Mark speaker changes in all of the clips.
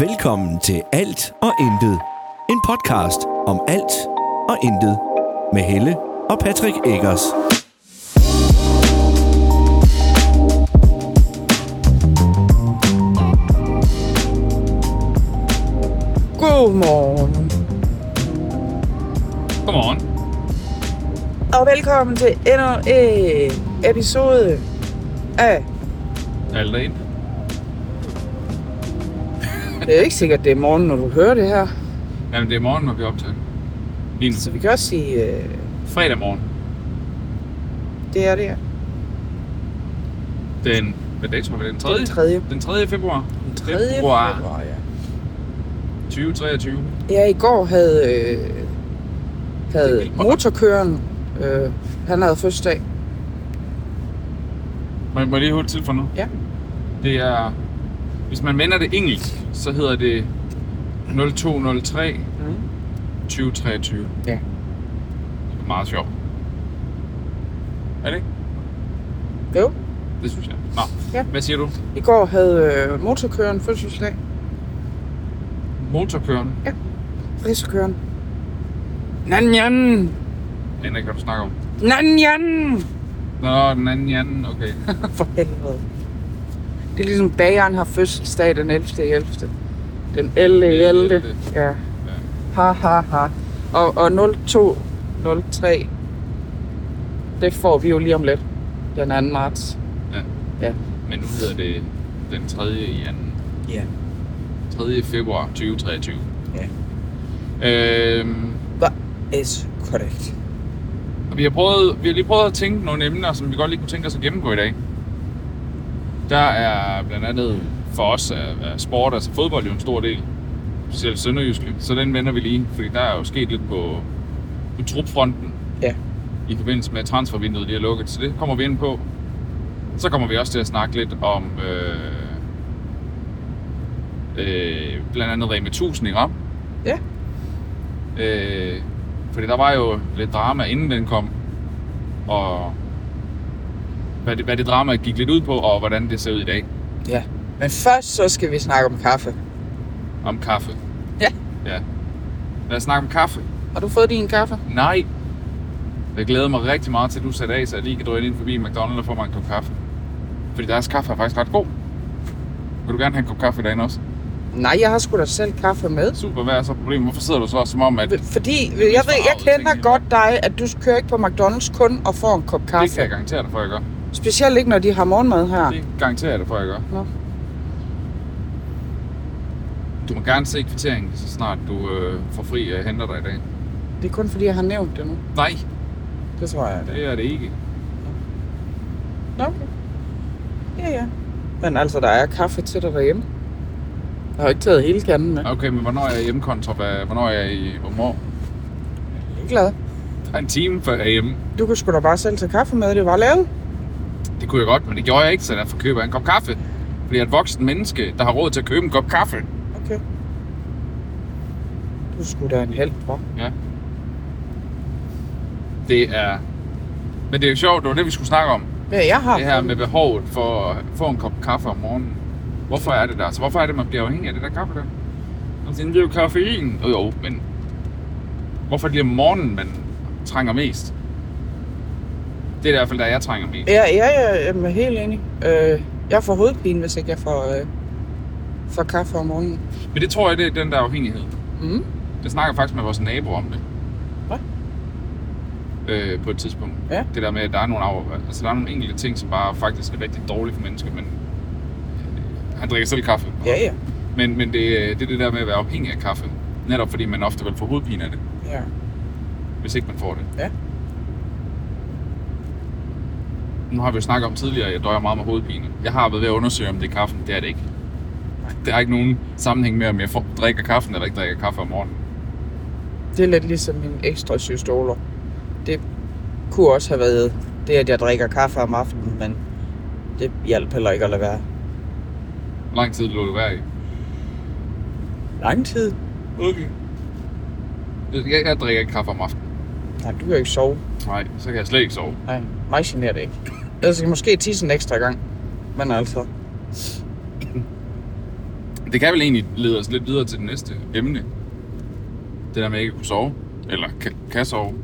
Speaker 1: Velkommen til Alt og Intet. En podcast om alt og intet. Med Helle og Patrick Eggers.
Speaker 2: Godmorgen,
Speaker 3: Godmorgen.
Speaker 2: og velkommen til endnu en episode af...
Speaker 3: Alt er ind.
Speaker 2: Det er jo ikke sikkert, det er morgen, når du hører det her.
Speaker 3: Jamen, det er morgen, når vi optager. Lige nu.
Speaker 2: Så vi kan også sige, øh,
Speaker 3: Fredag morgen.
Speaker 2: det er det her.
Speaker 3: Den, hvad dato var det? Den 3.
Speaker 2: Den tredje.
Speaker 3: Den 3. februar. Den
Speaker 2: 3. februar, ja.
Speaker 3: 2023.
Speaker 2: Ja, i går havde, øh,
Speaker 3: Det er
Speaker 2: havde
Speaker 3: vildt meget.
Speaker 2: motorkøren, øh, han havde første dag.
Speaker 3: Må jeg må jeg lige hurtigt til for nu?
Speaker 2: Ja.
Speaker 3: Det er... Hvis man vender det engelsk, så hedder det 0203
Speaker 2: Mm.
Speaker 3: 2023.
Speaker 2: Ja.
Speaker 3: Det er meget sjovt. Er det ikke?
Speaker 2: Jo,
Speaker 3: Det synes jeg. Nå.
Speaker 2: Ja.
Speaker 3: Hvad siger du?
Speaker 2: i går havde øh, motorkøren fødselsdag.
Speaker 3: Motorkøren.
Speaker 2: Racerkøren. Nanjan!
Speaker 3: Anna, kan du snakke om?
Speaker 2: Nanjan!
Speaker 3: Nå, den anden, den anden. Okay.
Speaker 2: For helvede. Det er ligesom bageren har fødselsdag den 11. 11. Den 11. 11. Ja. Ha, ha, ha. Og, og 0203, det får vi jo lige om lidt. Den 2. marts.
Speaker 3: Men nu hedder det den 3. i anden.
Speaker 2: Ja.
Speaker 3: 3. februar 2023.
Speaker 2: Ja.
Speaker 3: Øhm,
Speaker 2: Is correct.
Speaker 3: og vi, har prøvet, vi har lige prøvet at tænke nogle emner, som vi godt lige kunne tænke os at gennemgå i dag. Der er blandt andet for os er, er sport, altså fodbold jo en stor del. Specielt Sønderjyske. Så den vender vi lige, fordi der er jo sket lidt på, på trupfronten.
Speaker 2: Ja.
Speaker 3: I forbindelse med at transfervinduet lige er lukket, så det kommer vi ind på. Så kommer vi også til at snakke lidt om øh, øh, blandt andet Rema 1000 i Ram.
Speaker 2: Ja.
Speaker 3: Øh, fordi der var jo lidt drama, inden den kom. Og hvad det, hvad det drama gik lidt ud på, og hvordan det ser ud i dag
Speaker 2: Ja. Men først så skal vi snakke om kaffe.
Speaker 3: om kaffe.
Speaker 2: Ja.
Speaker 3: Ja. Lad os snakke om kaffe.
Speaker 2: Har du fået din kaffe?
Speaker 3: Nej. Jeg glæder mig rigtig meget til, at du sætter af, så jeg lige kan drøne ind forbi McDonald's og få mig en kop kaffe. Fordi deres kaffe er faktisk ret god. Vil du gerne have en kop kaffe i dag også?
Speaker 2: Nej, jeg har sgu da selv kaffe med.
Speaker 3: Super, hvad er så problemet? Hvorfor sidder du så som om, at det
Speaker 2: Fordi jeg, ved, jeg kender godt dig, at du kører ikke på McDonald's kun og får en kop kaffe.
Speaker 3: kan jeg garantere dig for, at jeg gør.
Speaker 2: Specielt ikke, når de har morgenmad her.
Speaker 3: Det garanterer jeg dig for, at jeg gør.
Speaker 2: Ah. Nå.
Speaker 3: Du må gerne se kvitteringen, så snart du øh, får fri og henter dig i dag.
Speaker 2: Det er kun fordi, jeg har nævnt det nu.
Speaker 3: Nej,
Speaker 2: Det tror jeg.
Speaker 3: det er det ikke.
Speaker 2: Nå, okay. Ja, ja. Men altså, der er kaffe til dig derhjemme. Jeg har ikke taget hele kanden med. Jeg
Speaker 3: Okay, men hvornår er jeg hjemme kontra, hvad, hvornår er jeg i Områd?
Speaker 2: er glad.
Speaker 3: Der er en time før jeg er hjemme.
Speaker 2: Du kunne sgu da bare selv tage kaffe med, det var lavet.
Speaker 3: Det kunne jeg godt, men det gjorde jeg ikke, så derfor køber jeg en kop kaffe. Fordi jeg er et voksen menneske, der har råd til at købe en kop kaffe.
Speaker 2: Okay. Du skulle da en held, hva'?
Speaker 3: Det er... Men det er jo sjovt, det var det, vi skulle snakke om.
Speaker 2: Ja, jeg har.
Speaker 3: Det her med behovet for at få en kop kaffe om morgenen. Hvorfor er det der? Så hvorfor er det, man bliver afhængig af det der kaffe der? Man siger, det er jo koffein. Jo, jo, men... Hvorfor er det lige om morgenen, man trænger mest? Det er i hvert fald, der jeg trænger mest.
Speaker 2: Ja, ja, ja, jeg er helt enig. Øh, jeg får hovedpine, hvis ikke jeg får, øh, får kaffe om morgenen.
Speaker 3: Men det tror jeg, det er den der afhængighed.
Speaker 2: Mm.
Speaker 3: Jeg snakker faktisk med vores nabo om det.
Speaker 2: Hvad?
Speaker 3: Øh, på et tidspunkt.
Speaker 2: Ja.
Speaker 3: Det der med, at der er nogle, af, altså, der er nogle enkelte ting, som bare faktisk er rigtig dårlige for mennesker, men øh, han drikker selv kaffe.
Speaker 2: Ja, ja.
Speaker 3: Men, men det, øh, det er det der med at være afhængig af kaffe. Netop fordi man ofte vil få hovedpine af det,
Speaker 2: ja.
Speaker 3: hvis ikke man får det.
Speaker 2: Ja.
Speaker 3: Nu har vi jo snakket om tidligere, at jeg døjer meget med hovedpine. Jeg har været ved at undersøge, om det er kaffen. Det er det ikke. Der er ikke nogen sammenhæng med, om jeg får, drikker kaffen eller ikke drikker kaffe om morgenen.
Speaker 2: Det er lidt ligesom min ekstra systoler. Det kunne også have været det, at jeg drikker kaffe om aftenen, men det hjalp heller ikke at lade være.
Speaker 3: Hvor lang tid lå det være i?
Speaker 2: Lang tid?
Speaker 3: Okay. Jeg, jeg drikker ikke kaffe om aftenen.
Speaker 2: Nej, du kan jo ikke sove.
Speaker 3: Nej, så kan jeg slet ikke sove.
Speaker 2: Nej, mig generer det ikke. Ellers kan jeg måske tisse en ekstra gang. Men altså,
Speaker 3: Det kan vel egentlig lede os lidt videre til det næste emne. Det der med, at jeg ikke kunne sove. Eller kan, kan sove.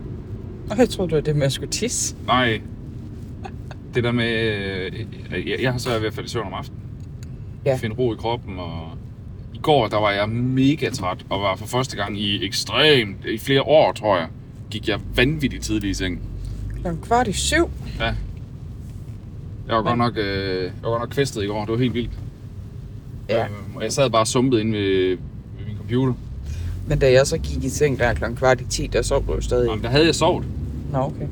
Speaker 2: Og jeg tror, det var det med at skulle tisse.
Speaker 3: Nej. Det der med, øh, jeg, jeg har svært ved at falde i søvn om aftenen.
Speaker 2: Ja.
Speaker 3: Ja. Finde ro i kroppen, og i går, der var jeg mega træt, og var for første gang i ekstremt, i flere år, tror jeg, gik jeg vanvittigt tidligt i seng.
Speaker 2: Klokken kvart i syv.
Speaker 3: Ja. Jeg var godt nok, øh, jeg var godt nok kvæstet i går, det var helt vildt.
Speaker 2: Ja.
Speaker 3: Øhm, og jeg sad bare sumpet inde ved, ved min computer.
Speaker 2: Men da jeg så gik i seng der klokken kvart i ti, der sov du jo stadig.
Speaker 3: Jamen, der havde jeg sovet.
Speaker 2: Nå, okay.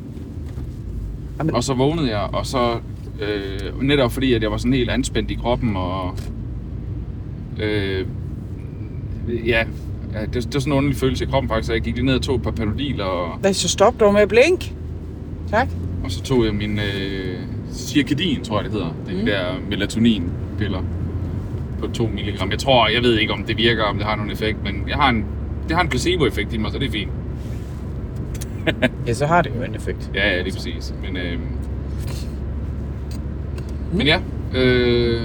Speaker 3: Og så vågnede jeg, og så øh, netop fordi, at jeg var sådan helt anspændt i kroppen, og øh, ja, ja, det, det var sådan en underlig følelse i kroppen faktisk, så jeg gik lige ned og tog et par panodil, og,
Speaker 2: Hvad, så stop dog med at blink. Tak.
Speaker 3: og så tog jeg min øh, cirkadin, tror jeg det hedder, den
Speaker 2: Mm.
Speaker 3: mm. der melatoninpiller på 2 mg. Jeg tror, jeg ved ikke, om det virker, om det har nogen effekt, men jeg har en, det har en placebo-effekt i mig, så det er fint.
Speaker 2: Ja, så har det jo en effekt.
Speaker 3: Ja, ja, lige præcis. Men, øh... Men ja, øh...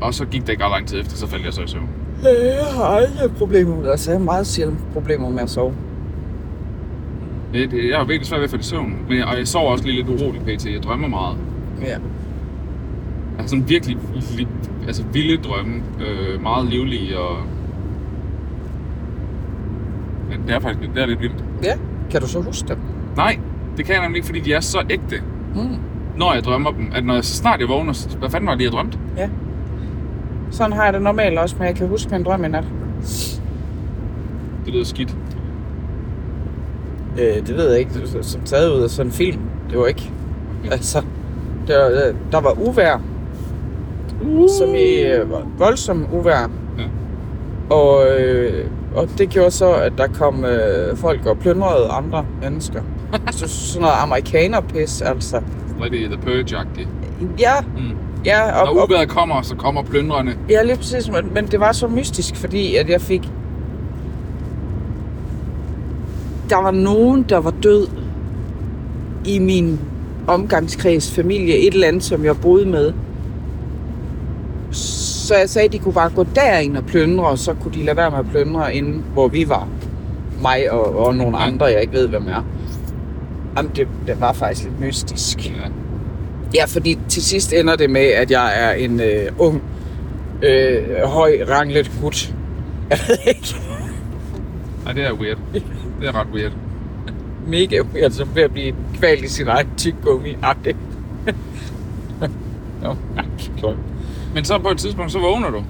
Speaker 3: Og så gik det ikke ret lang tid efter, så faldt jeg så i søvn.
Speaker 2: Øh, Jeg har aldrig problemer med det. Altså, jeg har meget sjældent problemer med at sove.
Speaker 3: Det- det- Jeg har virkelig svært ved at falde i søvn, men jeg, og jeg sover også lige lidt urolig pt. Jeg drømmer meget.
Speaker 2: Ja.
Speaker 3: Jeg har sådan virkelig li, altså vilde drømme, øh, meget livlige og... Ja, det er faktisk lidt, det er lidt vildt.
Speaker 2: Ja, kan du så huske dem?
Speaker 3: Nej, det kan jeg nemlig ikke, fordi de er så ægte,
Speaker 2: Mm.
Speaker 3: når jeg drømmer dem. At når jeg så snart jeg vågner, så- hvad fanden var det, jeg drømte?
Speaker 2: Ja. Sådan har jeg det normalt også, men jeg kan huske min drøm i nat.
Speaker 3: Det lyder skidt.
Speaker 2: Øh, det ved jeg ikke. Det var som taget ud af sådan en film. Det var ikke. Altså, det var, øh, der var uvær. Uh. Som i øh, voldsom uvær.
Speaker 3: Ja.
Speaker 2: Og, øh, og det gjorde så, at der kom øh, folk og plyndrede andre mennesker. så sådan noget amerikanerpis, altså.
Speaker 3: Rigtig The Purge-agtigt.
Speaker 2: Ja,
Speaker 3: Mm.
Speaker 2: ja.
Speaker 3: Når uværet kommer, så kommer plyndrene.
Speaker 2: Ja, lige præcis. Men, men det var så mystisk, fordi at jeg fik... Der var nogen, der var død i min omgangskreds, familie, et eller andet, som jeg boede med. Så jeg sagde, at de kunne bare gå derind og plyndre, og så kunne de lade være med at plyndre inde, hvor vi var. Mig og, og nogle andre, jeg ikke ved, hvem er. Jamen, det, det var faktisk lidt mystisk.
Speaker 3: Ja.
Speaker 2: Ja, fordi til sidst ender det med, at jeg er en øh, ung, øh, høj, ranglet gut. Jeg ved ikke,
Speaker 3: Ej, det er weird. Det er ret weird.
Speaker 2: mega weird, som ved at blive kvalt i sin egen tyggegummi. Ah, det... Nå, nej, klart.
Speaker 3: Men så på et tidspunkt, så vågner du.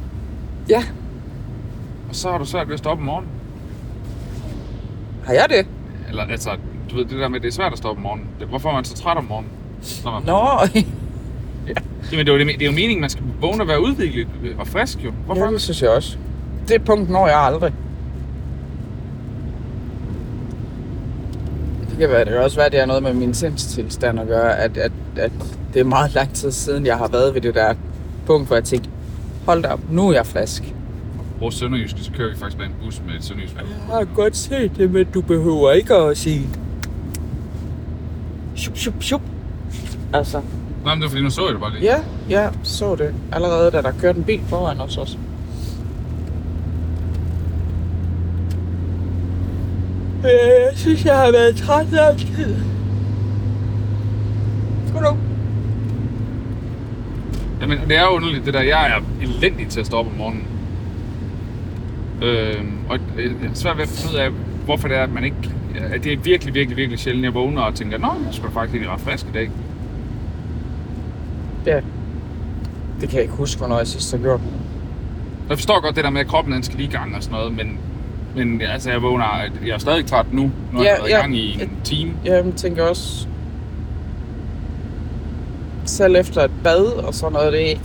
Speaker 2: Ja,
Speaker 3: Og så har du svært ved at stoppe om morgenen.
Speaker 2: har jeg det?
Speaker 3: Eller altså, du ved det der med, at det er svært at stoppe om morgenen. Det- Hvorfor er man så træt om morgenen? Når man...
Speaker 2: Nå,
Speaker 3: Jamen, det er, jo, det, det er jo meningen, man skal vågne og være udviklet øh, og frisk jo. Hvorfor?
Speaker 2: ja, det synes jeg også. Det punkt når jeg aldrig. Det kan, være, det kan også være, at det har noget med min sindstilstand at gøre, at, at, at det er meget lang tid siden, jeg har været ved det der punkt, hvor jeg tænkte, hold da op, nu er jeg frisk.
Speaker 3: Vores sønderjyske, så kører vi faktisk med en bus med et sønderjysk.
Speaker 2: Jeg har godt set det, men du behøver ikke at sige... Shup, shup, shup. Altså.
Speaker 3: Nej, men det er fordi, nu så jeg det bare lige.
Speaker 2: Ja, ja, så det. Allerede da der kørte en bil foran os også. Øh, Jeg synes, jeg har været træt lang tid. Goddag.
Speaker 3: Jamen, det er jo underligt, det der. Jeg er elendig til at stoppe om morgenen. Øh, og jeg har svært ved at finde ud af, hvorfor det er, at man ikke... At det er virkelig, virkelig, virkelig sjældent, jeg vågner og tænker, Nå, jeg skulle faktisk egentlig ret frisk i dag.
Speaker 2: Ja. Det kan jeg ikke huske, hvornår jeg sidst har gjort.
Speaker 3: Jeg forstår godt det der med, at kroppen den skal lige i gang og sådan noget, men, men altså, jeg vågner... Jeg er stadig træt nu, når
Speaker 2: Ja,
Speaker 3: jeg har været i
Speaker 2: ja.
Speaker 3: gang i en time.
Speaker 2: Jeg tænker også, selv efter et bad og sådan noget, det er ikke...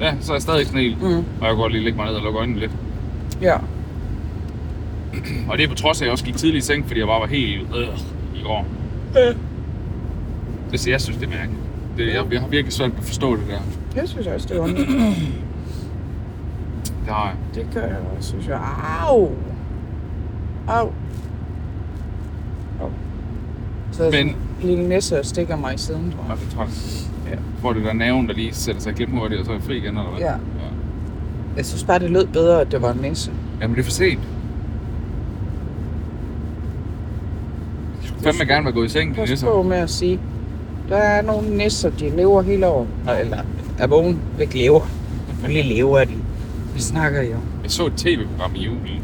Speaker 3: Ja, så er jeg stadig sådan helt...
Speaker 2: Mm.
Speaker 3: Og jeg kan godt lige lægge mig ned og lukke øjnene lidt.
Speaker 2: Ja.
Speaker 3: Og det er på trods af, at jeg også gik tidligt i seng, fordi jeg bare var helt øh, i går. Det, jeg synes, det er mærkeligt. Det, jeg, jeg har virkelig svært ved at forstå det der.
Speaker 2: Jeg synes også, det er ondt.
Speaker 3: Det har jeg.
Speaker 2: Det gør jeg også, synes jeg. Au! Au! Au. Så er
Speaker 3: Men-
Speaker 2: Men... en lille næse og stikker mig i siden, tror
Speaker 3: Nå,
Speaker 2: jeg.
Speaker 3: det er træls.
Speaker 2: Ja.
Speaker 3: Hvor det der naven, der lige sætter sig gennem hurtigt, og så er jeg fri igen, eller hvad?
Speaker 2: Ja.
Speaker 3: ja.
Speaker 2: Jeg synes bare, det lød bedre, at det var en nisse.
Speaker 3: Jamen, det er for sent. Jeg skulle fandme gerne være gået i seng, det
Speaker 2: Pas
Speaker 3: næste.
Speaker 2: på med at sige, der er nogle nisser, de lever hele året. Nej, Eller er vågen, ikke lever. Selvfølgelig lever de. Vi snakker jo.
Speaker 3: Jeg så et tv-program i juni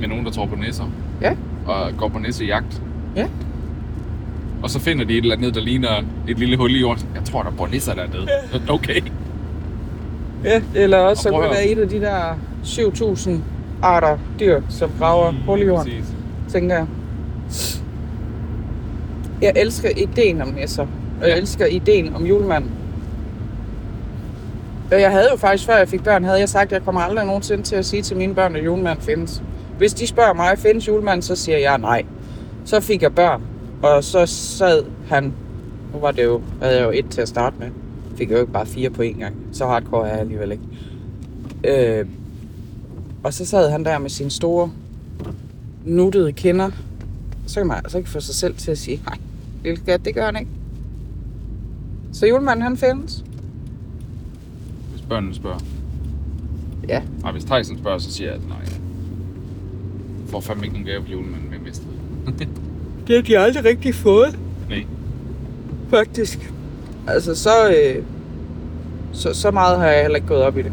Speaker 3: med nogen, der tror på nisser.
Speaker 2: Ja.
Speaker 3: Og går på nissejagt.
Speaker 2: Ja.
Speaker 3: Og så finder de et eller andet, der ligner et lille hul i jorden. Jeg tror, der bor nisser dernede. Okay.
Speaker 2: Ja, eller også så
Speaker 3: Og prøv
Speaker 2: kunne
Speaker 3: at
Speaker 2: det være et af de der 7.000 arter dyr, som graver hul i jorden,
Speaker 3: Præcis.
Speaker 2: tænker jeg. Jeg elsker ideen om nisser, og jeg
Speaker 3: Ja.
Speaker 2: elsker ideen om julemanden. Og jeg havde jo faktisk, før jeg fik børn, havde jeg sagt, at jeg kommer aldrig nogensinde til at sige til mine børn, at julemanden findes. Hvis de spørger mig, findes julemanden, så siger jeg nej. Så fik jeg børn, og så sad han, nu var det jo, havde jeg jo et til at starte med. Fik jeg jo ikke bare fire på én gang. Så hardcore er jeg alligevel ikke. Øh, og så sad han der med sine store, nuttede kinder. Så kan man altså ikke få sig selv til at sige, nej, lille skat, det gør han ikke. Så julemanden, han findes.
Speaker 3: Hvis børnene spørger.
Speaker 2: Ja.
Speaker 3: Nej, hvis Tyson spørger, så siger jeg altså nej. Jeg får fandme ikke nogen gave på julen, men jeg mistede.
Speaker 2: Det har de aldrig rigtig fået.
Speaker 3: Nej.
Speaker 2: Faktisk. Altså, så, øh, så, så meget har jeg heller ikke gået op i det.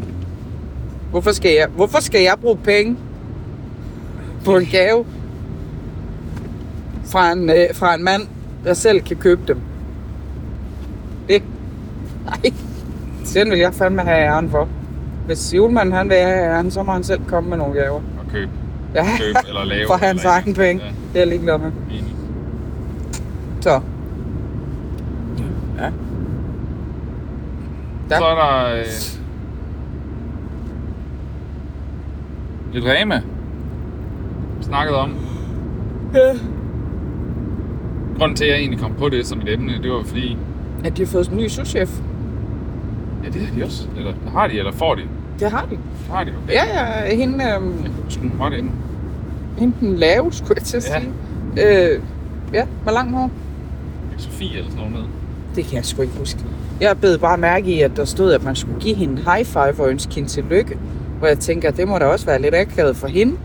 Speaker 2: Hvorfor skal jeg, hvorfor skal jeg bruge penge på en gave fra en, øh, fra en mand, der selv kan købe dem? Det? Nej. Den vil jeg fandme have æren for. Hvis julemanden han vil have æren, så må han selv komme med nogle gaver.
Speaker 3: Og købe,
Speaker 2: Ja,
Speaker 3: købe eller lave.
Speaker 2: for hans
Speaker 3: eller-
Speaker 2: egen penge.
Speaker 3: Ja,
Speaker 2: Det er jeg ligeglad med.
Speaker 3: enig.
Speaker 2: Så. Ja. Ja.
Speaker 3: Så er der... Øh, lidt Rema. Vi snakkede om.
Speaker 2: ja.
Speaker 3: Grunden til, at jeg egentlig kom på det som et emne, det var fordi...
Speaker 2: At de har fået en ny souschef.
Speaker 3: Ja, det har de også. Eller det har de, eller får de.
Speaker 2: Det har de.
Speaker 3: Det har de jo.
Speaker 2: Ja, ja. Hende,
Speaker 3: Jeg
Speaker 2: øhm,
Speaker 3: kunne sgu godt ind.
Speaker 2: hende den lave, skulle jeg til at
Speaker 3: Ja.
Speaker 2: sige. Øh, ja, med langt hår.
Speaker 3: Sofie eller sådan noget ned.
Speaker 2: Det kan jeg sgu ikke huske. Jeg bed bare mærke i, at der stod, at man skulle give hende en high five og ønske hende tillykke. Hvor jeg tænker, det må da også være lidt akavet for hende.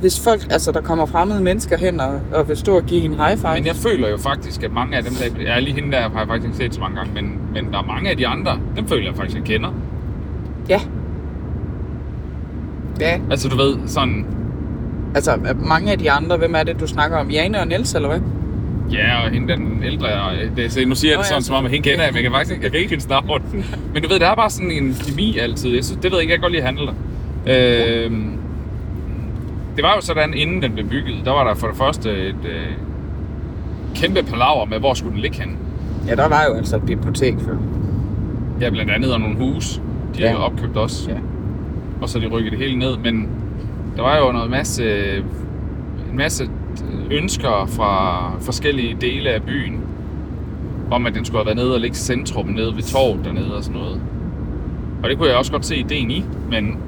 Speaker 2: Hvis folk, altså der kommer fremmede mennesker hen og, og vil stå og give hende high five.
Speaker 3: Men jeg føler jo faktisk, at mange af dem, der... Jeg er lige hende der, har jeg faktisk ikke set så mange gange, men, men der er mange af de andre, dem føler jeg faktisk, jeg kender.
Speaker 2: Ja. Ja,
Speaker 3: Altså du ved, sådan...
Speaker 2: altså mange af de andre, hvem er det, du snakker om? Jane og Niels, eller hvad?
Speaker 3: Ja, og hende der, den ældre, og øh, det, så nu siger jeg
Speaker 2: Nå,
Speaker 3: det
Speaker 2: ja,
Speaker 3: sådan,
Speaker 2: så-
Speaker 3: som om at hende kender jeg, men jeg kan faktisk ikke, jeg kan ikke hendes navn. Men du ved, der er bare sådan en kemi altid. Jeg synes, det ved jeg ikke, jeg kan godt lide at handle der. Øhm, det var jo sådan, inden den blev bygget, der var der for det første et øh, kæmpe palaver med, hvor skulle den ligge henne.
Speaker 2: Ja, der var jo altså et bibliotek før.
Speaker 3: Ja, blandt andet og nogle huse, de ja.
Speaker 2: Ja.
Speaker 3: havde opkøbt også.
Speaker 2: Ja.
Speaker 3: Og så de rykkede det hele ned, men der var jo noget masse, en masse ønsker fra forskellige dele af byen, om at den skulle have været nede og ligge i centrum, nede ved torvet dernede og sådan noget. Og det kunne jeg også godt se ideen i, men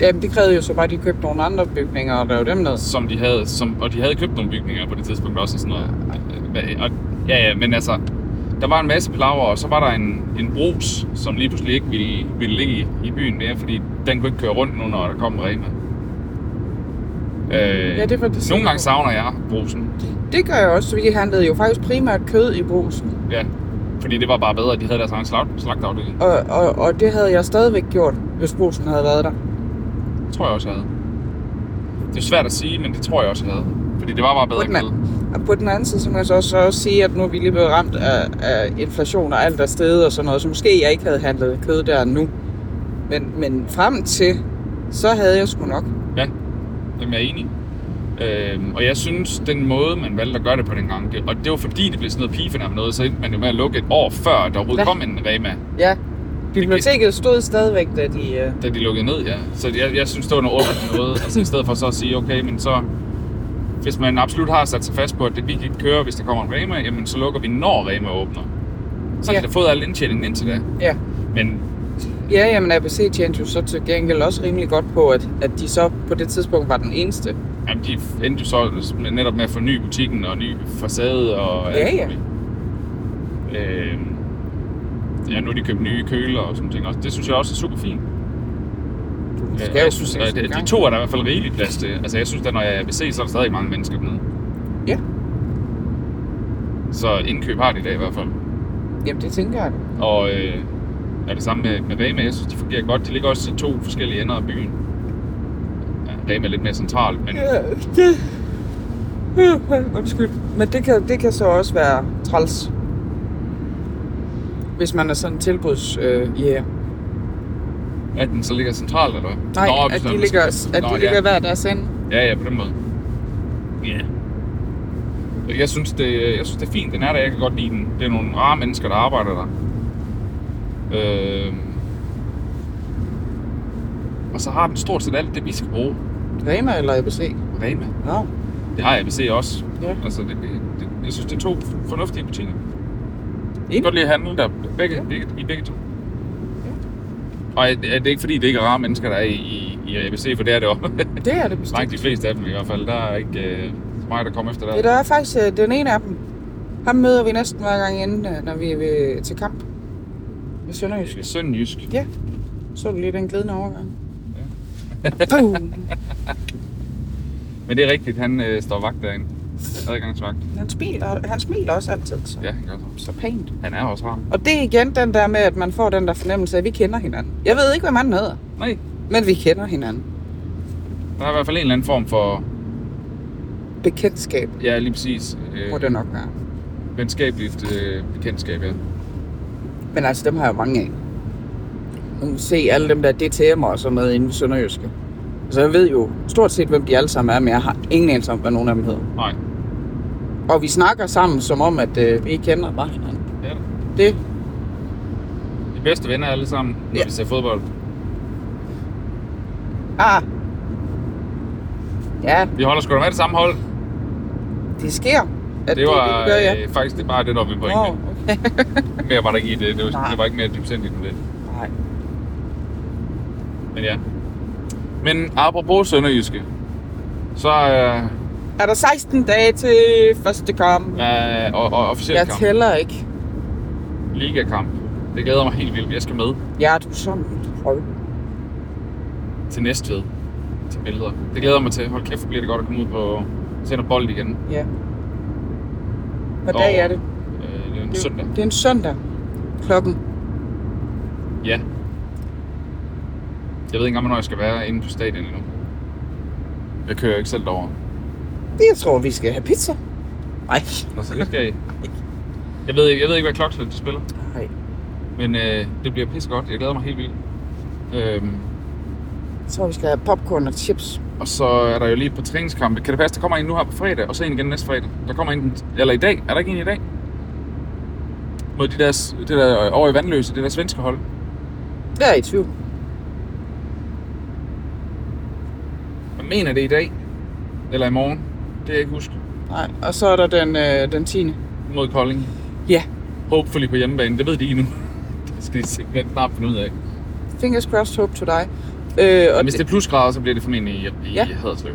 Speaker 2: Jamen, det krævede jo så bare, at de købte nogle andre bygninger og rev dem ned.
Speaker 3: som de havde, som, og de havde købt nogle bygninger på det tidspunkt også og sådan noget. Hva- Og, ja, ja, men altså, der var en masse palaver, og så var der en, en brus, som lige pludselig ikke ville, ville ligge i, i byen mere, fordi den kunne ikke køre rundt nu, når der kom Rema. Øh,
Speaker 2: Ja, det var det
Speaker 3: Nogle
Speaker 2: samme.
Speaker 3: gange savner jeg brusen.
Speaker 2: Det gør jeg også, fordi de handlede jo faktisk primært kød i brusen.
Speaker 3: Ja, fordi det var bare bedre, at de havde deres egen slag, slagtafdeling.
Speaker 2: Og, og, og det havde jeg stadigvæk gjort, hvis brusen havde været der.
Speaker 3: Det tror jeg også, jeg havde. Det er svært at sige, men det tror jeg også, jeg havde. Fordi det var bare bedre
Speaker 2: Godt, mand.
Speaker 3: kød.
Speaker 2: Og på den anden side, så må jeg så også, så også sige, at nu er vi lige blevet ramt af, af inflation og alt er steget og sådan noget, så måske jeg ikke havde handlet kød der nu. Men, men frem til, så havde jeg sgu nok.
Speaker 3: Ja, jamen, jeg er enig. Øhm, og jeg synes, den måde, man valgte at gøre det på den gang, det, og det var fordi, det blev sådan noget pigenærm noget, så endte man jo med at lukke et år før, der overhovedet
Speaker 2: Ja.
Speaker 3: kom en Rema,
Speaker 2: Ja, biblioteket stod stadigvæk, da de... Øh,
Speaker 3: da de lukkede ned, ja. Så jeg, jeg synes, det var noget underligt noget, altså i stedet for så at sige, okay, men så... Hvis man absolut har sat sig fast på, at det vi kan ikke køre, hvis der kommer en Rema, jamen så lukker vi, når Rema åbner. Så har
Speaker 2: Ja.
Speaker 3: de da fået al indtjeningen indtil da.
Speaker 2: ja.
Speaker 3: Men
Speaker 2: Ja, jamen ABC tjente jo så til gengæld også rimelig godt på, at, at de så på det tidspunkt var den eneste.
Speaker 3: Jamen, de endte jo så med- netop med at forny butikken og ny facade og alt
Speaker 2: Ja, ja.
Speaker 3: muligt. Øhm, ja, nu har de købt nye køler og sådan ting. Også. Det synes jeg også er super fint.
Speaker 2: Du
Speaker 3: Ja,
Speaker 2: skal jo
Speaker 3: jeg synes,
Speaker 2: ses
Speaker 3: at
Speaker 2: en
Speaker 3: de
Speaker 2: gang.
Speaker 3: to er der i hvert fald rigelig plads til. Altså, jeg synes, at når jeg vil se, så er der stadig mange mennesker dernede.
Speaker 2: Ja.
Speaker 3: Så indkøb har de i dag i hvert fald.
Speaker 2: Jamen, det tænker jeg.
Speaker 3: Og øh, er det samme med, med Rema. Jeg synes, de fungerer godt. De ligger også i to forskellige ender af byen. Ja, Rema er lidt mere central, men
Speaker 2: Ja, det... Ja, Øh, Undskyld. Men det kan, det kan så også være træls. Hvis man er sådan en tilbuds... Øh, yeah.
Speaker 3: at den så ligger centralt, eller hvad?
Speaker 2: Nej,
Speaker 3: Nå,
Speaker 2: at
Speaker 3: hvis
Speaker 2: de
Speaker 3: man-
Speaker 2: ligger, at
Speaker 3: Nå,
Speaker 2: de
Speaker 3: ja.
Speaker 2: ligger hver deres ende.
Speaker 3: Ja, ja, på den måde. Ja. Yeah. Jeg synes, det, jeg synes, det er fint. Den er der. Jeg kan godt lide den. Det er nogle rare mennesker, der arbejder der. Øh... Og så har den stort set alt det, vi skal bruge.
Speaker 2: Rema eller ABC?
Speaker 3: Rema.
Speaker 2: Nå.
Speaker 3: Det har ABC også.
Speaker 2: Ja.
Speaker 3: Altså, det, det, jeg synes, det er to fornuftige butikker. Jeg kan
Speaker 2: Enig.
Speaker 3: godt lide at handle der begge, begge, i begge to. Og er det er det ikke fordi, det ikke er rare mennesker, der er i, i, i ABC, for det er det også.
Speaker 2: Det er det bestemt.
Speaker 3: Langt de fleste af dem i hvert fald. Der er ikke øh, så meget, der kommer efter der.
Speaker 2: Ja, der er faktisk øh, den ene af dem. Ham møder vi næsten hver gang inden, øh, når vi er ved, til kamp. Med Sønderjysk.
Speaker 3: Det er sønderjysk.
Speaker 2: Ja. Så du lige den glidende overgang?
Speaker 3: Ja.
Speaker 2: Ja.
Speaker 3: Men det er rigtigt, han øh, står vagt derinde. Adgangsvagt.
Speaker 2: han, smiler, han smiler også altid, så,
Speaker 3: Ja, han gør så.
Speaker 2: så pænt.
Speaker 3: Han er også rar.
Speaker 2: Og det er igen den der med, at man får den der fornemmelse af, at vi kender hinanden. Jeg ved ikke, hvad man hedder,
Speaker 3: Nej,
Speaker 2: men vi kender hinanden.
Speaker 3: der er i hvert fald en eller anden form for,
Speaker 2: Bekendtskab
Speaker 3: ja lige præcis, øh,
Speaker 2: må det nok være.
Speaker 3: venskabeligt øh, bekendtskab, ja.
Speaker 2: Men altså, dem har jeg jo mange af. Nu kan vi se alle dem der DTM'er og sådan noget inde i Sønderjyske. Altså, jeg ved jo stort set, hvem de alle sammen er, men jeg har ingen anelse om, hvad nogen af dem hedder.
Speaker 3: Nej,
Speaker 2: Og vi snakker sammen, som om, at øh, vi kender bare hinanden.
Speaker 3: det er det.
Speaker 2: Det,
Speaker 3: De bedste venner alle sammen, når
Speaker 2: Ja.
Speaker 3: ja. vi ser fodbold.
Speaker 2: ah. Ja,
Speaker 3: Vi holder sgu da med det samme hold.
Speaker 2: det sker. At
Speaker 3: det var
Speaker 2: det, det gør, ja.
Speaker 3: øh, faktisk det er bare det, der var min
Speaker 2: Nå,
Speaker 3: pointe.
Speaker 2: okay.
Speaker 3: Mere var der ikke i det. Det var,
Speaker 2: Nej.
Speaker 3: det var ikke mere dybsindigt end det.
Speaker 2: Nej.
Speaker 3: Men ja. Men apropos sønderjyske, så øh,
Speaker 2: Er der 16 dage til første kamp?
Speaker 3: er og, og officiel
Speaker 2: jeg
Speaker 3: kamp.
Speaker 2: tæller ikke.
Speaker 3: Ligakamp. Det glæder mig helt vildt. Jeg skal med
Speaker 2: Jeg er du sådan et røv.
Speaker 3: til Næstved til billeder. Det glæder jeg mig til. Hold kæft, hvor bliver det godt at komme ud på sender bold igen.
Speaker 2: Ja. Hvad dag
Speaker 3: Og,
Speaker 2: er det?
Speaker 3: Øh, det er en
Speaker 2: Det,
Speaker 3: søndag.
Speaker 2: det er en søndag. Klokken.
Speaker 3: Ja. Jeg ved ikke engang, hvornår jeg skal være inde på stadion endnu. Jeg kører ikke selv derover.
Speaker 2: Jeg tror, vi skal have pizza. Nej.
Speaker 3: Nå, så det skal I. Jeg ved, ikke- jeg ved ikke, hvad klokken de spiller.
Speaker 2: Nej.
Speaker 3: Men øh, det bliver pissegodt. Jeg glæder mig helt vildt. Øhm,
Speaker 2: Jeg tror, vi skal have popcorn og chips.
Speaker 3: og så er der jo lige et par træningskampe. Kan det passe, der kommer en nu her på fredag, og så en igen næste fredag? Der kommer en, den- eller i dag. Er der ikke en i dag? Mod de der, det der øh, over i Vandløse, det der svenske hold.
Speaker 2: Jeg er i tvivl.
Speaker 3: Jeg mener det er i dag, eller i morgen. Det kan jeg ikke huske.
Speaker 2: Nej. Og så er der den, øh, den 10.
Speaker 3: Mod Kolding.
Speaker 2: Ja.
Speaker 3: Hopefully på hjemmebane. Det ved de ikke endnu. Det skal de simpelthen snart finde ud af.
Speaker 2: Fingers crossed, hope to die. Øh,
Speaker 3: Og
Speaker 2: og,
Speaker 3: hvis det er plusgrader, så bliver det formentlig i, i
Speaker 2: Ja.
Speaker 3: ja. Haderslev.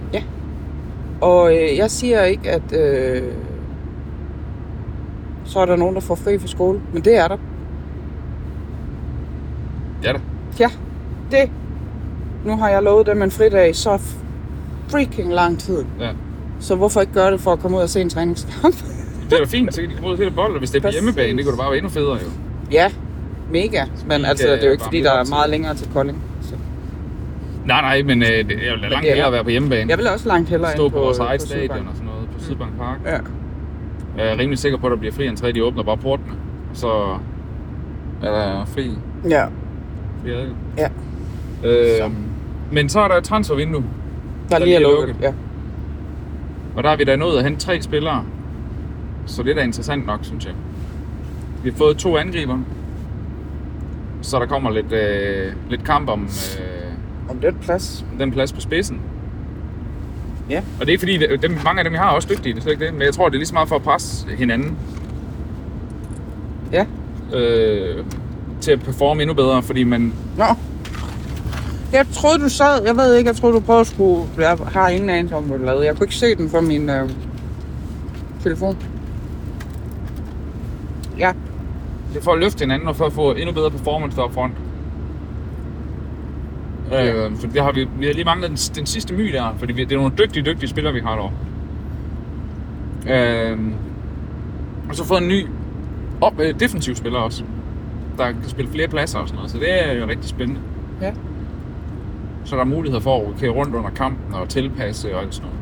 Speaker 2: og øh, jeg siger ikke, at øh, så er der nogen, der får fri fra skole. Men det er der.
Speaker 3: Ja da.
Speaker 2: Ja, det. Nu har jeg lovet dem en fridag i så freaking lang tid.
Speaker 3: Ja.
Speaker 2: Så hvorfor ikke gøre det for at komme ud og se en træningskamp?
Speaker 3: Det er da fint, så kan de komme ud og se det bold, og hvis det er på
Speaker 2: Præcis.
Speaker 3: hjemmebane, det kunne da bare være endnu federe jo.
Speaker 2: ja, mega. Men
Speaker 3: Mega,
Speaker 2: altså, det er jo ikke, fordi
Speaker 3: varmt
Speaker 2: der
Speaker 3: op
Speaker 2: er
Speaker 3: til.
Speaker 2: meget længere til Kolding. Så.
Speaker 3: Nej, nej, men øh, det er jo langt
Speaker 2: det er-
Speaker 3: hellere at være på hjemmebane.
Speaker 2: Jeg vil også langt hellere
Speaker 3: Stå
Speaker 2: ind
Speaker 3: på vores eget
Speaker 2: på
Speaker 3: stadion
Speaker 2: Sydbank.
Speaker 3: og sådan noget på Sydbank Park.
Speaker 2: Ja.
Speaker 3: Jeg er rimelig sikker på, at der bliver fri entré. De åbner bare portene, og så er der fri,
Speaker 2: ja.
Speaker 3: fri adgang.
Speaker 2: Ja.
Speaker 3: Øh, men så er der et transfervindue,
Speaker 2: Der
Speaker 3: er
Speaker 2: lige er
Speaker 3: lige
Speaker 2: lukket.
Speaker 3: lukket.
Speaker 2: Ja.
Speaker 3: og der er vi da nået at hente tre spillere. Så det er da interessant nok, synes jeg. Vi har fået to angriber, så der kommer lidt, øh, lidt kamp om, øh,
Speaker 2: Om den plads.
Speaker 3: den plads på spidsen.
Speaker 2: Ja.
Speaker 3: Og det er ikke fordi, det- dem, mange af dem, jeg har, er også dygtige, det er slet ikke det. Men jeg tror, det er lige så meget for at presse hinanden
Speaker 2: Ja.
Speaker 3: øh, til at performe endnu bedre, fordi man...
Speaker 2: Nå. Jeg troede, du sad. Jeg ved ikke, jeg troede, du prøvede at skulle... Jeg har ingen anelse om, hvad du lavede. Jeg kunne ikke se den fra min øh, telefon. Ja.
Speaker 3: Det er for at løfte hinanden og for at få endnu bedre performance deroppe foran.
Speaker 2: Ja.
Speaker 3: Øh, for det har vi, vi har lige manglet den, den sidste my der, fordi vi, det er nogle dygtige, dygtige spillere, vi har derovre. Øh, og så fået en ny op, øh, defensiv spiller også, der kan spille flere pladser og sådan noget, så det er jo rigtig spændende.
Speaker 2: Ja.
Speaker 3: Så der er muligheder for at rokere rundt under kampen og tilpasse og alt sådan noget.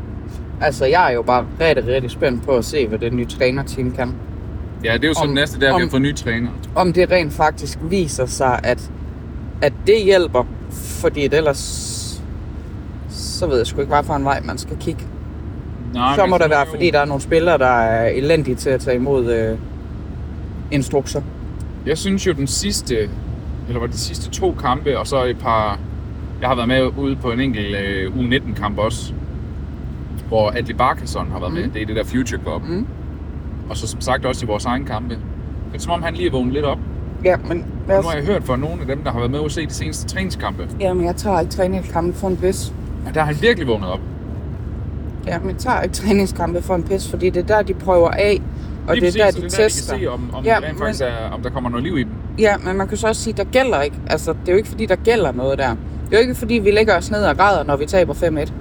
Speaker 2: Altså, jeg er jo bare rigtig, rigtig spændt på at se, hvad den nye trænerteam kan.
Speaker 3: Ja, det er jo så
Speaker 2: Om-
Speaker 3: om, næste, der om, vi
Speaker 2: om-
Speaker 3: har fået nye træner.
Speaker 2: Om det rent faktisk viser sig, at, at det hjælper, fordi det ellers så ved jeg sgu ikke, hvad for en vej man skal kigge.
Speaker 3: Nej,
Speaker 2: så
Speaker 3: men
Speaker 2: må det
Speaker 3: nu er
Speaker 2: være,
Speaker 3: jo-
Speaker 2: fordi der er nogle spillere, der er elendige til at tage imod øh, instrukser.
Speaker 3: Jeg synes jo, den sidste, eller var de sidste to kampe, og så et par... Jeg har været med ude på en enkelt øh, U19-kamp også, hvor Adli Barkasson har været mm. med. Det er det der Future Cup.
Speaker 2: Mm.
Speaker 3: Og så som sagt også i vores egen kampe. Det er som om, han lige er vågnet lidt op.
Speaker 2: Ja, men lad
Speaker 3: Nu
Speaker 2: os...
Speaker 3: har jeg hørt fra nogle af dem, der har været med at se de seneste træningskampe.
Speaker 2: Jamen, jeg tager ikke træningskampe for en pis.
Speaker 3: Og der har han virkelig vågnet op.
Speaker 2: Jamen, jeg tager ikke træningskampe for en pis, fordi det er der, de prøver af, og
Speaker 3: Lige
Speaker 2: det er der,
Speaker 3: præcis,
Speaker 2: de
Speaker 3: og det er
Speaker 2: tester.
Speaker 3: der, de kan se, om, om,
Speaker 2: Ja,
Speaker 3: ja, rent faktisk er, om der kommer noget liv i dem.
Speaker 2: Ja, men man kan så også sige, der gælder ikke. Altså, det er jo ikke, fordi der gælder noget der. Det er jo ikke, fordi vi lægger os ned og græder, når vi taber 5-1.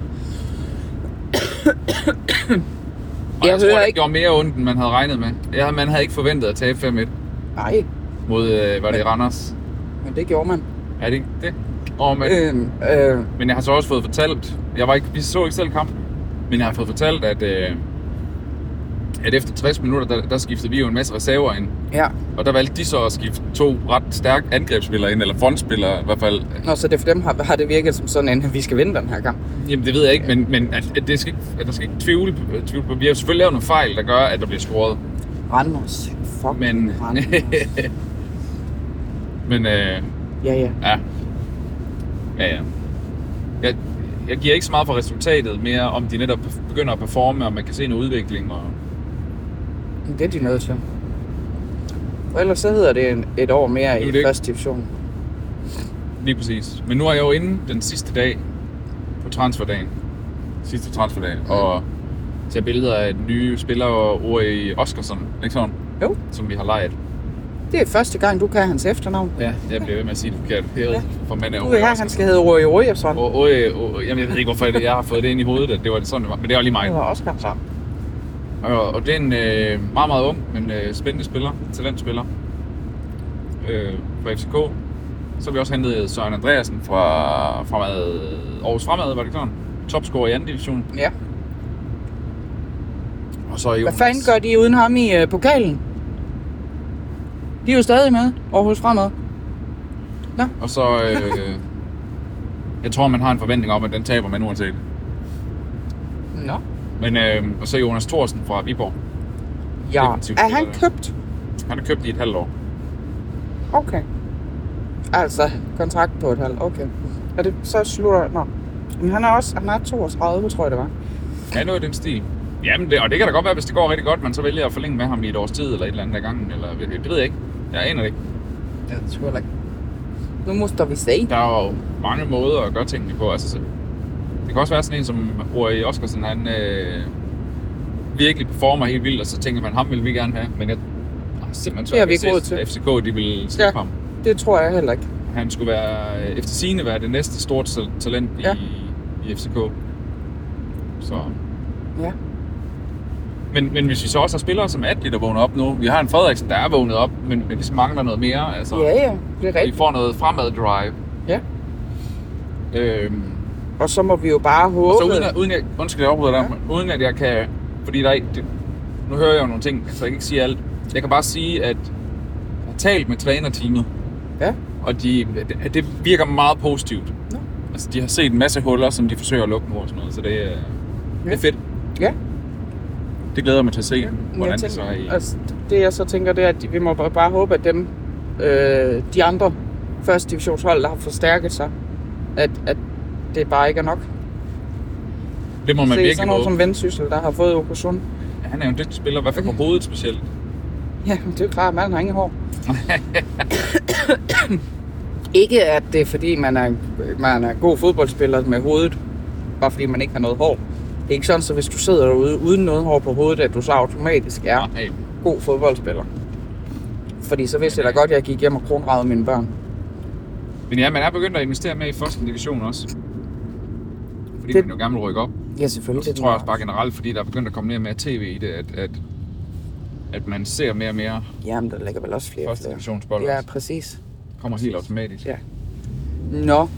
Speaker 3: Og
Speaker 2: Jeg
Speaker 3: jeg, jeg tror,
Speaker 2: hører
Speaker 3: det
Speaker 2: ikke-
Speaker 3: gjorde mere ondt, end man havde regnet med. Jeg, man havde ikke forventet at tabe 5-1
Speaker 2: Nej,
Speaker 3: mod, øh, var det Randers?
Speaker 2: men det gjorde man.
Speaker 3: Er det ikke det? Og man,
Speaker 2: Øhm, øh,
Speaker 3: Men jeg har så også fået fortalt, jeg var ikke, vi så ikke selv kampen, men jeg har fået fortalt, at, øh, at efter 60 minutter, der, der skiftede vi jo en masse reserver ind.
Speaker 2: ja,
Speaker 3: Og der valgte de så at skifte to ret stærke angrebsspillere ind, eller frontspillere i hvert fald.
Speaker 2: Nå, så det for dem har, har det virket som sådan, en, at vi skal vinde den her kamp.
Speaker 3: Jamen det ved jeg ikke, men, men at, at, det skal ikke, at der skal ikke tvivle, på- tvivle på. Vi har selvfølgelig lavet nogle fejl, der gør, at der bliver scoret.
Speaker 2: Randers. Fuck,
Speaker 3: Men,
Speaker 2: Randers.
Speaker 3: men øh,
Speaker 2: ja, ja.
Speaker 3: Ja. Ja, ja. Jeg, jeg giver ikke så meget for resultatet, mere om de netop begynder at performe, og man kan se en udvikling. Og...
Speaker 2: Men Det er de nødt til. Og ellers så hedder det en, et år mere
Speaker 3: Det er
Speaker 2: i
Speaker 3: jo det.
Speaker 2: første division.
Speaker 3: Lige præcis. Men nu er jeg jo inde den sidste dag på transferdagen. Sidste transferdag. Og tager billeder af den nye spiller, Ori Oskarsson, ikke sådan?
Speaker 2: Jo.
Speaker 3: Som vi har lejet.
Speaker 2: Det er første gang, du kan hans efternavn.
Speaker 3: Ja, jeg bliver ved med at sige det forkert. Heret
Speaker 2: Ja.
Speaker 3: ja. for mand er
Speaker 2: Du vil
Speaker 3: Ori
Speaker 2: have, at han
Speaker 3: Oskarsson.
Speaker 2: skal hedde Rory Rojersson.
Speaker 3: Og Ori, Ori, jamen jeg ved ikke, hvorfor jeg, jeg har fået det ind i hovedet, at det var sådan, det var. Men det var lige mig.
Speaker 2: Det var Oscar sammen.
Speaker 3: Og, og det er en øh, meget, meget ung, men øh, spændende spiller, talentspiller øh, fra FCK. Så har vi også hentet Søren Andreasen fra fremad, Aarhus Fremad, var det ikke sådan? Topscorer i anden division.
Speaker 2: Ja.
Speaker 3: Og så
Speaker 2: Hvad
Speaker 3: Jonas,
Speaker 2: fanden gør de uden ham i øh, pokalen? De er jo stadig med Aarhus Fremad.
Speaker 3: Og så... Øh, jeg tror, man har en forventning om, at den taber man uanset.
Speaker 2: Nå.
Speaker 3: Men, øh, og så Jonas Thorsen fra Viborg.
Speaker 2: Ja.
Speaker 3: Definitivt
Speaker 2: Er han
Speaker 3: spiller det.
Speaker 2: købt?
Speaker 3: Han har købt i et halvt år.
Speaker 2: Okay. Altså, kontrakt på et halvt. Okay. Og det, så slutter... Nå. Men han er også... Han er 32, tror jeg det var.
Speaker 3: Ja, noget i den stil. Jamen, det, og det kan da godt være, hvis det går rigtig godt, man så vælger at forlænge med ham i et års tid, eller et eller andet af gangen, eller det ved jeg ikke. Jeg aner det ikke.
Speaker 2: Ja, det tror jeg ikke. Nu måste vi se.
Speaker 3: Der er jo mange måder at gøre tingene på. Altså, så- det kan også være sådan en som Rory Oscarsen, han øh, virkelig performer helt vildt, og så tænker man, ham vil vi gerne have. Men jeg har simpelthen
Speaker 2: Det har
Speaker 3: svært
Speaker 2: vi
Speaker 3: ved
Speaker 2: ikke
Speaker 3: at se,
Speaker 2: råd
Speaker 3: at
Speaker 2: til.
Speaker 3: FCK de vil slippe
Speaker 2: Ja.
Speaker 3: ja. ham.
Speaker 2: Det tror jeg heller ikke.
Speaker 3: Han skulle være, øh, efter sine være det næste stort tal- talent
Speaker 2: Ja.
Speaker 3: ja. i, i FCK. Så.
Speaker 2: Ja.
Speaker 3: Men, men hvis vi så også har spillere som Atli, der vågner op nu. Vi har en Frederiksen, der er vågnet op, men, men vi mangler noget mere. Altså,
Speaker 2: Ja, ja. Det er
Speaker 3: vi
Speaker 2: rigtigt.
Speaker 3: får noget fremad drive.
Speaker 2: Ja.
Speaker 3: Øhm,
Speaker 2: Og så må vi jo bare håbe...
Speaker 3: Og så Altså, uden at, uden jeg, undskyld, jeg afbryder dig, men uden at jeg kan, fordi der er, ikke- det, nu hører jeg jo nogle ting, så jeg kan ikke sige alt. Jeg kan bare sige, at jeg har talt med trænerteamet,
Speaker 2: Ja.
Speaker 3: og de, det, det virker meget positivt.
Speaker 2: Nå.
Speaker 3: Altså, de har set en masse huller, som de forsøger at lukke nu og sådan noget, så det, er- det
Speaker 2: Ja.
Speaker 3: er fedt.
Speaker 2: Ja.
Speaker 3: Det glæder jeg mig til at se, hvordan
Speaker 2: jeg
Speaker 3: det så er i.
Speaker 2: tænker, altså, det jeg så tænker, det er, at de- vi må bare- bare håbe, at dem, øh, de andre første divisionshold, der har forstærket sig, at, at det bare ikke er nok.
Speaker 3: Det må man
Speaker 2: Se, sådan
Speaker 3: virkelig
Speaker 2: nogen
Speaker 3: håbe.
Speaker 2: som Vendsyssel, der har fået Okusund.
Speaker 3: Han er jo en dygtig spiller, i hvert fald på hovedet specielt.
Speaker 2: Ja, men det er jo klart, at manden har ingen hår. ikke at det er fordi, man er, man er god fodboldspiller med hovedet, bare fordi man ikke har noget hår. Det er ikke sådan, så hvis du sidder derude uden noget hår på hovedet, at du så automatisk er
Speaker 3: Nej,
Speaker 2: god fodboldspiller. fordi så vidste jeg da godt, at jeg gik hjem og kronragede mine børn.
Speaker 3: Men ja, man er begyndt at investere med i første division også. Fordi
Speaker 2: Det-
Speaker 3: det... man jo gerne vil rykke op.
Speaker 2: Ja,
Speaker 3: Og
Speaker 2: selvfølgelig.
Speaker 3: så
Speaker 2: det er
Speaker 3: tror jeg også
Speaker 2: den
Speaker 3: bare generelt, fordi der er begyndt at komme mere og mere tv i det, at, at, at man ser mere og mere
Speaker 2: Jamen, der ligger vel også flere. og
Speaker 3: første
Speaker 2: flere.
Speaker 3: divisionsbold.
Speaker 2: Ja,
Speaker 3: Ja.
Speaker 2: præcis.
Speaker 3: Kommer helt automatisk.
Speaker 2: Ja. Nå,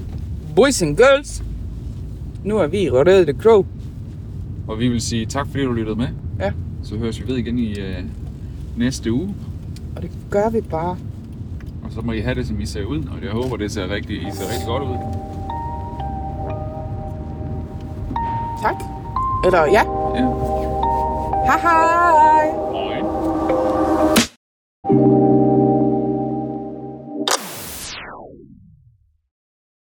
Speaker 2: boys and girls, nu er vi i Rødøde Krog.
Speaker 3: Og vi vil sige tak, fordi du lyttede med.
Speaker 2: Ja.
Speaker 3: Så høres vi ved igen i øh, næste uge.
Speaker 2: Og det gør vi bare.
Speaker 3: Og så må I have det, som I ser ud. Og jeg håber, det ser rigtig, I ser rigtig godt ud.
Speaker 2: Tak. Eller ja,
Speaker 3: Ja.
Speaker 2: hej hej.
Speaker 3: Og